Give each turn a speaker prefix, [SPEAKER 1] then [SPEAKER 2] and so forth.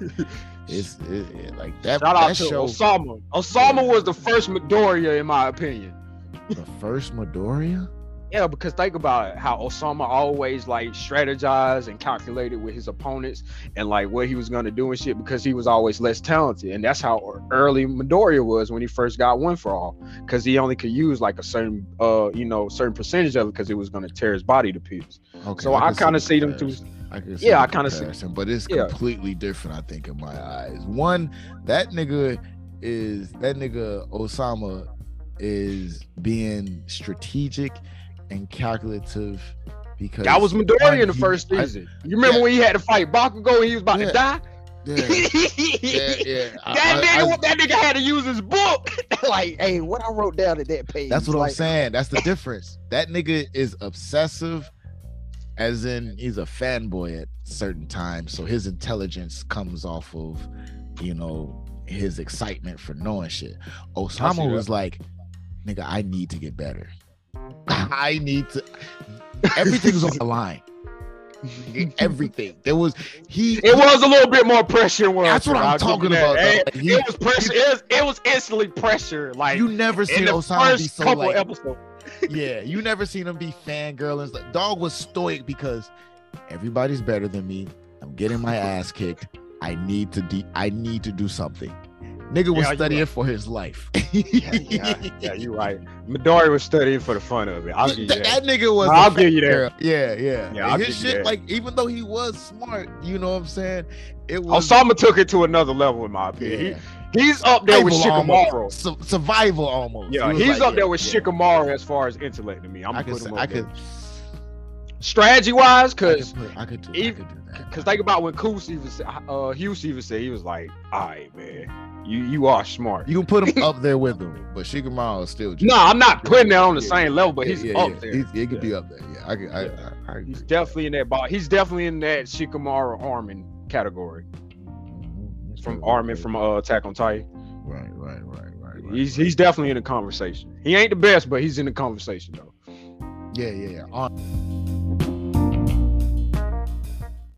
[SPEAKER 1] it's it, it- like that.
[SPEAKER 2] Shout out
[SPEAKER 1] that
[SPEAKER 2] to
[SPEAKER 1] show,
[SPEAKER 2] Osama. Osama was the first Midoriya in my opinion.
[SPEAKER 1] the first Midoriya.
[SPEAKER 2] Yeah, because think about it, how Osama always like strategized and calculated with his opponents and like what he was gonna do and shit because he was always less talented. And that's how early Midoriya was when he first got one for all. Cause he only could use like a certain uh, you know, certain percentage of it because it was gonna tear his body to pieces.
[SPEAKER 1] Okay,
[SPEAKER 2] So I,
[SPEAKER 1] can the
[SPEAKER 2] kinda see them two
[SPEAKER 1] comparison. I can
[SPEAKER 2] Yeah,
[SPEAKER 1] the
[SPEAKER 2] I kinda see-
[SPEAKER 1] comparison, but it's
[SPEAKER 2] Yeah.
[SPEAKER 1] completely different. I think in my eyes, one that nigga is that nigga Osama is being strategic and calculative because
[SPEAKER 2] that was Midoriya in the
[SPEAKER 1] he-
[SPEAKER 2] first
[SPEAKER 1] I-
[SPEAKER 2] season. You remember
[SPEAKER 1] yeah.
[SPEAKER 2] when he had to fight Bakugo and he was about
[SPEAKER 1] Yeah.
[SPEAKER 2] to die?
[SPEAKER 1] yeah, yeah, yeah. I-
[SPEAKER 2] That
[SPEAKER 1] I- I-
[SPEAKER 2] nigga, that nigga had to use his book. like, hey, what I wrote down at that page.
[SPEAKER 1] That's what
[SPEAKER 2] like,
[SPEAKER 1] I'm saying. That's the difference. That nigga is obsessive, as in he's a fanboy at certain times. So his intelligence comes off of, you know, his excitement for knowing shit. Osama
[SPEAKER 2] that.
[SPEAKER 1] was like, nigga, I need to get better. I need to. Everything's on the line. Everything. There was he.
[SPEAKER 2] It was a little bit more pressure. when I
[SPEAKER 1] That's what
[SPEAKER 2] was-
[SPEAKER 1] I'm
[SPEAKER 2] I'll give
[SPEAKER 1] talking
[SPEAKER 2] you that.
[SPEAKER 1] about. though.
[SPEAKER 2] Hey,
[SPEAKER 1] Like, you,
[SPEAKER 2] it was pressure. It was, it was instantly pressure. Like
[SPEAKER 1] you never seen
[SPEAKER 2] in the
[SPEAKER 1] Osama be
[SPEAKER 2] first
[SPEAKER 1] so
[SPEAKER 2] couple
[SPEAKER 1] like
[SPEAKER 2] episodes.
[SPEAKER 1] yeah, you never seen him be fangirling. The Dog was stoic because everybody's better than me. I'm getting my ass kicked. I need to de- I need to do something. Nigga was
[SPEAKER 2] Yeah, you
[SPEAKER 1] studying
[SPEAKER 2] right.
[SPEAKER 1] for his life.
[SPEAKER 2] Yeah, yeah, yeah, you're right. Midori was studying for the fun of it. I'll give you
[SPEAKER 1] Th- that
[SPEAKER 2] that.
[SPEAKER 1] nigga was.
[SPEAKER 2] Nah,
[SPEAKER 1] a
[SPEAKER 2] I'll give you that.
[SPEAKER 1] fangirl. Yeah, yeah.
[SPEAKER 2] Yeah,
[SPEAKER 1] And
[SPEAKER 2] I'll
[SPEAKER 1] his
[SPEAKER 2] give you
[SPEAKER 1] shit,
[SPEAKER 2] that.
[SPEAKER 1] like, even though he was smart, you know what I'm saying? It was.
[SPEAKER 2] Osama took it to another level, in my opinion.
[SPEAKER 1] yeah.
[SPEAKER 2] Oh, He, he's up there with
[SPEAKER 1] Survival
[SPEAKER 2] Shikamaru.
[SPEAKER 1] almost. Su- survival almost. He
[SPEAKER 2] Yeah,
[SPEAKER 1] was
[SPEAKER 2] he's
[SPEAKER 1] like,
[SPEAKER 2] up there with
[SPEAKER 1] yeah.
[SPEAKER 2] Shikamaru as far as intellect to me. I'm
[SPEAKER 1] I
[SPEAKER 2] gonna
[SPEAKER 1] could.
[SPEAKER 2] put
[SPEAKER 1] say-
[SPEAKER 2] him
[SPEAKER 1] I
[SPEAKER 2] up there.
[SPEAKER 1] could.
[SPEAKER 2] Strategy wise,
[SPEAKER 1] I
[SPEAKER 2] because
[SPEAKER 1] could. put- I could do. I
[SPEAKER 2] even-
[SPEAKER 1] could do that.
[SPEAKER 2] Cause think about when Coos even said, uh, Hughes even said he was like, "All right, man, you you are smart."
[SPEAKER 1] You can put him up there with him, but Shikamaru is still.
[SPEAKER 2] No, I'm not putting that on the
[SPEAKER 1] Yeah,
[SPEAKER 2] same level, but
[SPEAKER 1] Yeah,
[SPEAKER 2] he's
[SPEAKER 1] yeah,
[SPEAKER 2] up
[SPEAKER 1] yeah.
[SPEAKER 2] there. He's,
[SPEAKER 1] He's, he could be up there. Yeah, I could. I, I, I, agree.
[SPEAKER 2] definitely in that. Bo- he's definitely in that Shikamaru Armin category
[SPEAKER 1] Mhm.
[SPEAKER 2] from Armin from uh, Attack on Titan.
[SPEAKER 1] Right, right, right, right. right.
[SPEAKER 2] He's he's definitely in the conversation. He ain't the best, but he's in the conversation though.
[SPEAKER 1] yeah, yeah, yeah. Ar-